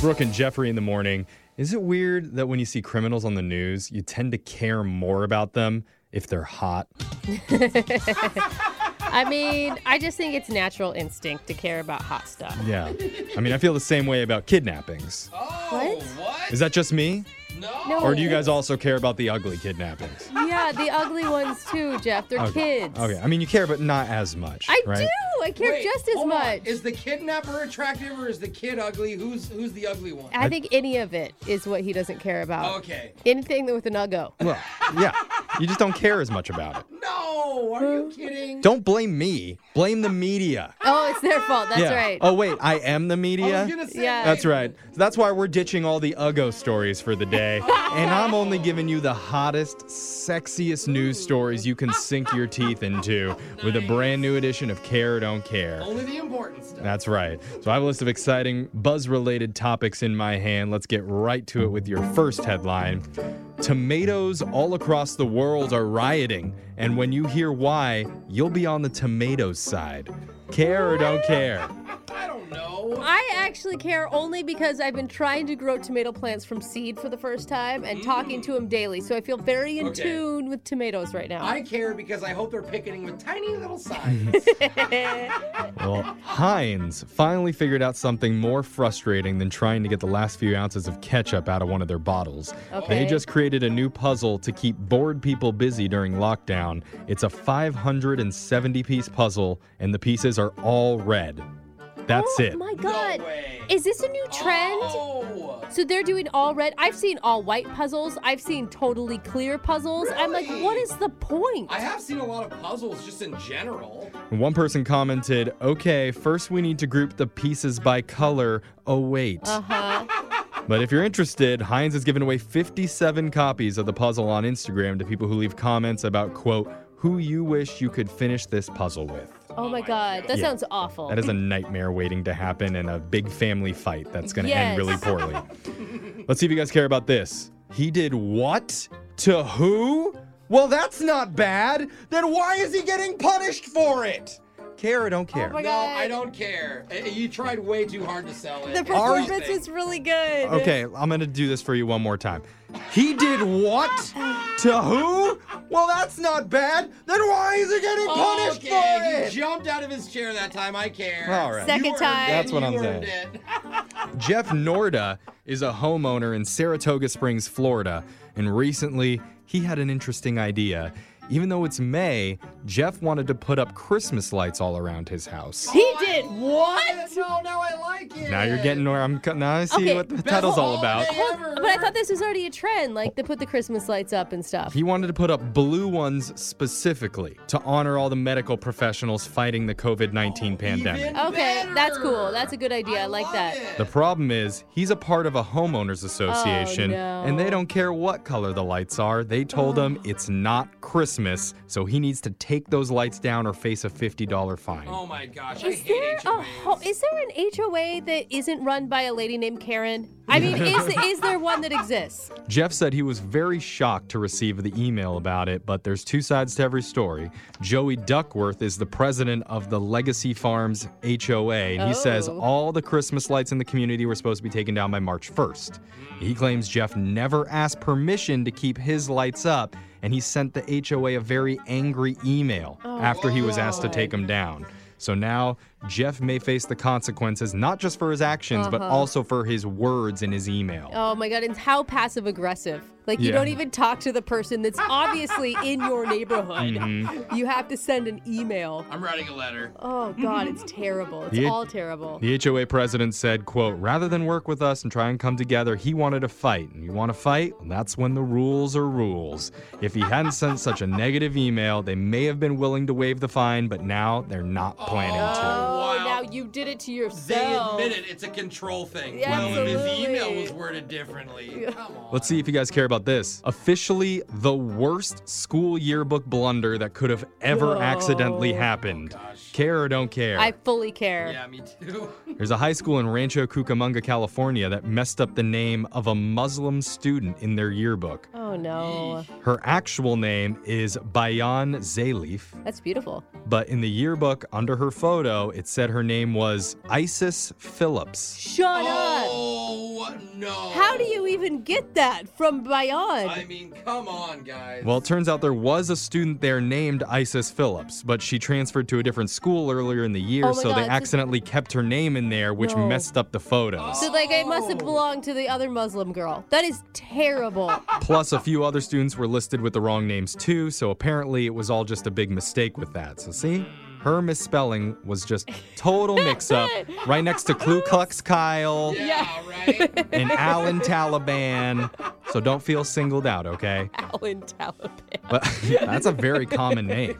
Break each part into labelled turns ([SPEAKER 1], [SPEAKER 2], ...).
[SPEAKER 1] Brooke and Jeffrey in the morning. Is it weird that when you see criminals on the news, you tend to care more about them if they're hot?
[SPEAKER 2] I mean, I just think it's natural instinct to care about hot stuff.
[SPEAKER 1] Yeah. I mean, I feel the same way about kidnappings.
[SPEAKER 2] What?
[SPEAKER 1] Is that just me?
[SPEAKER 2] No.
[SPEAKER 1] Or do you guys also care about the ugly kidnappings?
[SPEAKER 2] Yeah, the ugly ones too, Jeff. They're kids.
[SPEAKER 1] Okay. I mean, you care, but not as much.
[SPEAKER 2] I
[SPEAKER 1] right?
[SPEAKER 2] do. I care
[SPEAKER 3] Wait,
[SPEAKER 2] just as
[SPEAKER 3] hold on.
[SPEAKER 2] much.
[SPEAKER 3] Is the kidnapper attractive or is the kid ugly? Who's who's the ugly one?
[SPEAKER 2] I think any of it is what he doesn't care about.
[SPEAKER 3] Okay.
[SPEAKER 2] Anything with an uggo.
[SPEAKER 1] Well, yeah. You just don't care as much about it.
[SPEAKER 3] No, are
[SPEAKER 2] Hmm?
[SPEAKER 3] you kidding?
[SPEAKER 1] Don't blame me. Blame the media.
[SPEAKER 2] Oh, it's their fault. That's
[SPEAKER 1] yeah.
[SPEAKER 2] right.
[SPEAKER 1] Oh, wait. I am the
[SPEAKER 3] I
[SPEAKER 1] media?
[SPEAKER 3] was gonna say,
[SPEAKER 2] Yeah.
[SPEAKER 1] That's right. So that's why we're ditching all the Uggo stories for the day. And I'm only giving you the hottest, sexiest news stories you can sink your teeth into with a brand new edition of Care or Don't Care.
[SPEAKER 3] Only the important stuff.
[SPEAKER 1] That's right. So I have a list of exciting buzz related topics in my hand. Let's get right to it with your first headline. Tomatoes all across the world are rioting, and when you hear why, you'll be on the tomatoes side. Care or don't care?
[SPEAKER 3] I don't know.
[SPEAKER 2] I actually care only because I've been trying to grow tomato plants from seed for the first time and talking to him daily. So I feel very in
[SPEAKER 3] Okay.
[SPEAKER 2] tune with tomatoes right now.
[SPEAKER 3] I care because I hope they're picketing with tiny little signs.
[SPEAKER 1] Well, Heinz finally figured out something more frustrating than trying to get the last few ounces of ketchup out of one of their bottles. They
[SPEAKER 2] Okay.
[SPEAKER 1] just created a new puzzle to keep bored people busy during lockdown. It's a 570 piece puzzle, and the pieces are all red. That's
[SPEAKER 2] oh
[SPEAKER 1] it.
[SPEAKER 2] my god.
[SPEAKER 3] way.
[SPEAKER 2] Is this a new trend?
[SPEAKER 3] Oh.
[SPEAKER 2] So they're doing all red. I've seen all white puzzles. I've seen totally clear puzzles. I'm like,
[SPEAKER 3] Really?
[SPEAKER 2] what is the point?
[SPEAKER 3] I have seen a lot of puzzles just in general.
[SPEAKER 1] And One person commented, okay, first we need to group the pieces by color. Oh, wait.
[SPEAKER 2] uh-huh.
[SPEAKER 1] But if you're interested, Heinz has given away 57 copies of the puzzle on Instagram to people who leave comments about, quote, who you wish you could finish this puzzle with.
[SPEAKER 2] Oh my god, that
[SPEAKER 1] Yeah.
[SPEAKER 2] sounds awful.
[SPEAKER 1] That is a nightmare waiting to happen and a big family fight that's going to end
[SPEAKER 2] Yes.
[SPEAKER 1] really poorly. Let's see if you guys care about this. He did what to who? Well, that's not bad. Then why is he getting punished for it? Care or don't care?
[SPEAKER 2] Oh my
[SPEAKER 3] No,
[SPEAKER 2] God.
[SPEAKER 3] I don't care. Uh, You tried way too hard to sell it.
[SPEAKER 2] the
[SPEAKER 1] Are-
[SPEAKER 2] performance was really good.
[SPEAKER 1] Okay, I'm gonna do this for you one more time. He did what? to who? Well, that's not bad. Then why is he getting punished
[SPEAKER 3] okay,
[SPEAKER 1] for it?
[SPEAKER 3] He jumped out of his chair that time. I care.
[SPEAKER 1] All right.
[SPEAKER 2] Second
[SPEAKER 3] You earned
[SPEAKER 2] time.
[SPEAKER 3] it.
[SPEAKER 1] That's what
[SPEAKER 3] You
[SPEAKER 1] I'm
[SPEAKER 3] earned
[SPEAKER 1] saying.
[SPEAKER 3] it.
[SPEAKER 1] Jeff Norda is a homeowner in Saratoga Springs, Florida, and recently he had an interesting idea. Even though it's May, Jeff wanted to put up Christmas lights all around his house.
[SPEAKER 2] He did
[SPEAKER 3] What? No, now I like it.
[SPEAKER 1] Now you're getting where I'm. co- Now I see
[SPEAKER 2] Okay,
[SPEAKER 1] what the
[SPEAKER 3] best
[SPEAKER 1] title's all about.
[SPEAKER 3] holiday
[SPEAKER 2] Well,
[SPEAKER 3] ever.
[SPEAKER 2] But I thought this was already a trend, like they put the Christmas lights up and stuff.
[SPEAKER 1] He wanted to put up blue ones specifically to honor all the medical professionals fighting the COVID 19 pandemic.
[SPEAKER 3] Even
[SPEAKER 2] Okay, that's
[SPEAKER 3] better.
[SPEAKER 2] cool. That's a good idea. I, like
[SPEAKER 3] love
[SPEAKER 2] that.
[SPEAKER 3] it.
[SPEAKER 1] The problem is, he's a part of a homeowners association,
[SPEAKER 2] no.
[SPEAKER 1] and they don't care what color the lights are. They told him it's not Christmas, so he needs to take those lights down or face a $50 fine.
[SPEAKER 3] Oh my gosh, I
[SPEAKER 2] Is there
[SPEAKER 3] hate
[SPEAKER 2] a
[SPEAKER 3] HOAs.
[SPEAKER 2] ho- is there an HOA that isn't run by a lady named Karen? I mean, is is there one that exists?
[SPEAKER 1] Jeff said he was very shocked to receive the email about it, but there's two sides to every story. Joey Duckworth is the president of the Legacy Farms HOA, and he says
[SPEAKER 2] Oh.
[SPEAKER 1] all the Christmas lights in the community were supposed to be taken down by March 1st. He claims Jeff never asked permission to keep his lights up, and he sent the HOA a very angry email after he was asked to
[SPEAKER 2] Oh, God.
[SPEAKER 1] take them down. So now Jeff may face the consequences, not just for his actions, but
[SPEAKER 2] Uh-huh.
[SPEAKER 1] also for his words in his email.
[SPEAKER 2] Oh my god, and how passive aggressive. Like you
[SPEAKER 1] Yeah.
[SPEAKER 2] don't even talk to the person that's obviously in your neighborhood.
[SPEAKER 1] Mm-hmm.
[SPEAKER 2] You have to send an email.
[SPEAKER 3] I'm writing a letter.
[SPEAKER 2] Oh god, it's terrible. It's
[SPEAKER 1] Yeah.
[SPEAKER 2] all terrible.
[SPEAKER 1] The HOA president said, quote, rather than work with us and try and come together, he wanted a fight. And you want to fight? Well, that's when the rules are rules. If he hadn't sent such a negative email, they may have been willing to waive the fine, but now they're not planning to.
[SPEAKER 2] Oh,
[SPEAKER 3] Wow.
[SPEAKER 2] now you did it to
[SPEAKER 3] They
[SPEAKER 2] yourself.
[SPEAKER 3] admit it. It's a control thing.
[SPEAKER 2] Yeah,
[SPEAKER 3] Well, if his email
[SPEAKER 2] absolutely.
[SPEAKER 3] was worded differently. Come on.
[SPEAKER 1] Let's see if you guys care about this. Officially the worst school yearbook blunder that could have ever
[SPEAKER 2] Whoa.
[SPEAKER 1] accidentally happened. care or don't care?
[SPEAKER 2] I fully care.
[SPEAKER 3] Yeah, me too.
[SPEAKER 1] There's a high school in Rancho Cucamonga, California that messed up the name of a Muslim student in their yearbook.
[SPEAKER 2] Oh no.
[SPEAKER 1] Her actual name is Bayan Zalif,
[SPEAKER 2] That's beautiful.
[SPEAKER 1] but in the yearbook under her photo, it said her name was Isis Phillips.
[SPEAKER 2] Shut up.
[SPEAKER 3] Oh, No.
[SPEAKER 2] How do you even get that from beyond?
[SPEAKER 3] I mean, come on, guys.
[SPEAKER 1] Well, it turns out there was a student there named Isis Phillips, but she transferred to a different school earlier in the year,
[SPEAKER 2] Oh my
[SPEAKER 1] so
[SPEAKER 2] God,
[SPEAKER 1] they
[SPEAKER 2] just-
[SPEAKER 1] accidentally kept her name in there, which
[SPEAKER 2] No.
[SPEAKER 1] messed up the photos.
[SPEAKER 2] so like I must have
[SPEAKER 3] Oh.
[SPEAKER 2] belonged to the other Muslim girl. That is terrible.
[SPEAKER 1] Plus, a few other students were listed with the wrong names too, so apparently it was all just a big mistake with that. So, see? Her misspelling was just total mix up right next to Ku Klux Kyle
[SPEAKER 3] yeah,
[SPEAKER 2] yeah.
[SPEAKER 3] right?
[SPEAKER 1] and Alan Taliban. So, don't feel singled out, okay?
[SPEAKER 2] Alan Taliban.
[SPEAKER 1] But that's a very common name.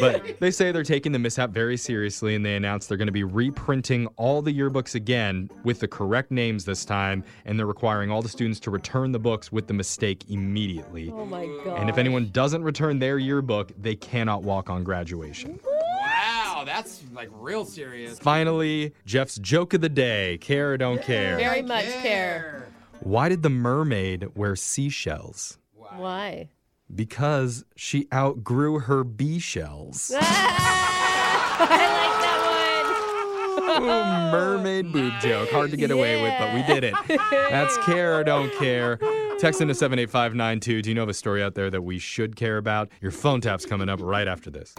[SPEAKER 1] But they say they're taking the mishap very seriously and they announced they're going to be reprinting all the yearbooks again with the correct names this time. And they're requiring all the students to return the books with the mistake immediately.
[SPEAKER 2] Oh my god.
[SPEAKER 1] And if anyone doesn't return their yearbook, they cannot walk on graduation.
[SPEAKER 3] wow, that's like real serious.
[SPEAKER 1] Finally, Jeff's joke of the day care or don't care.
[SPEAKER 2] Very much care.
[SPEAKER 1] Why did the mermaid wear seashells?
[SPEAKER 3] Wow.
[SPEAKER 2] Why?
[SPEAKER 1] Because she outgrew her bee shells.
[SPEAKER 2] Ah, I like that
[SPEAKER 1] Ooh, mermaid boob joke. Hard to get away with, but we did it. That's care or don't care. Text into 78592. Do you know of a story out there that we should care about? Your phone tap's coming up right after this.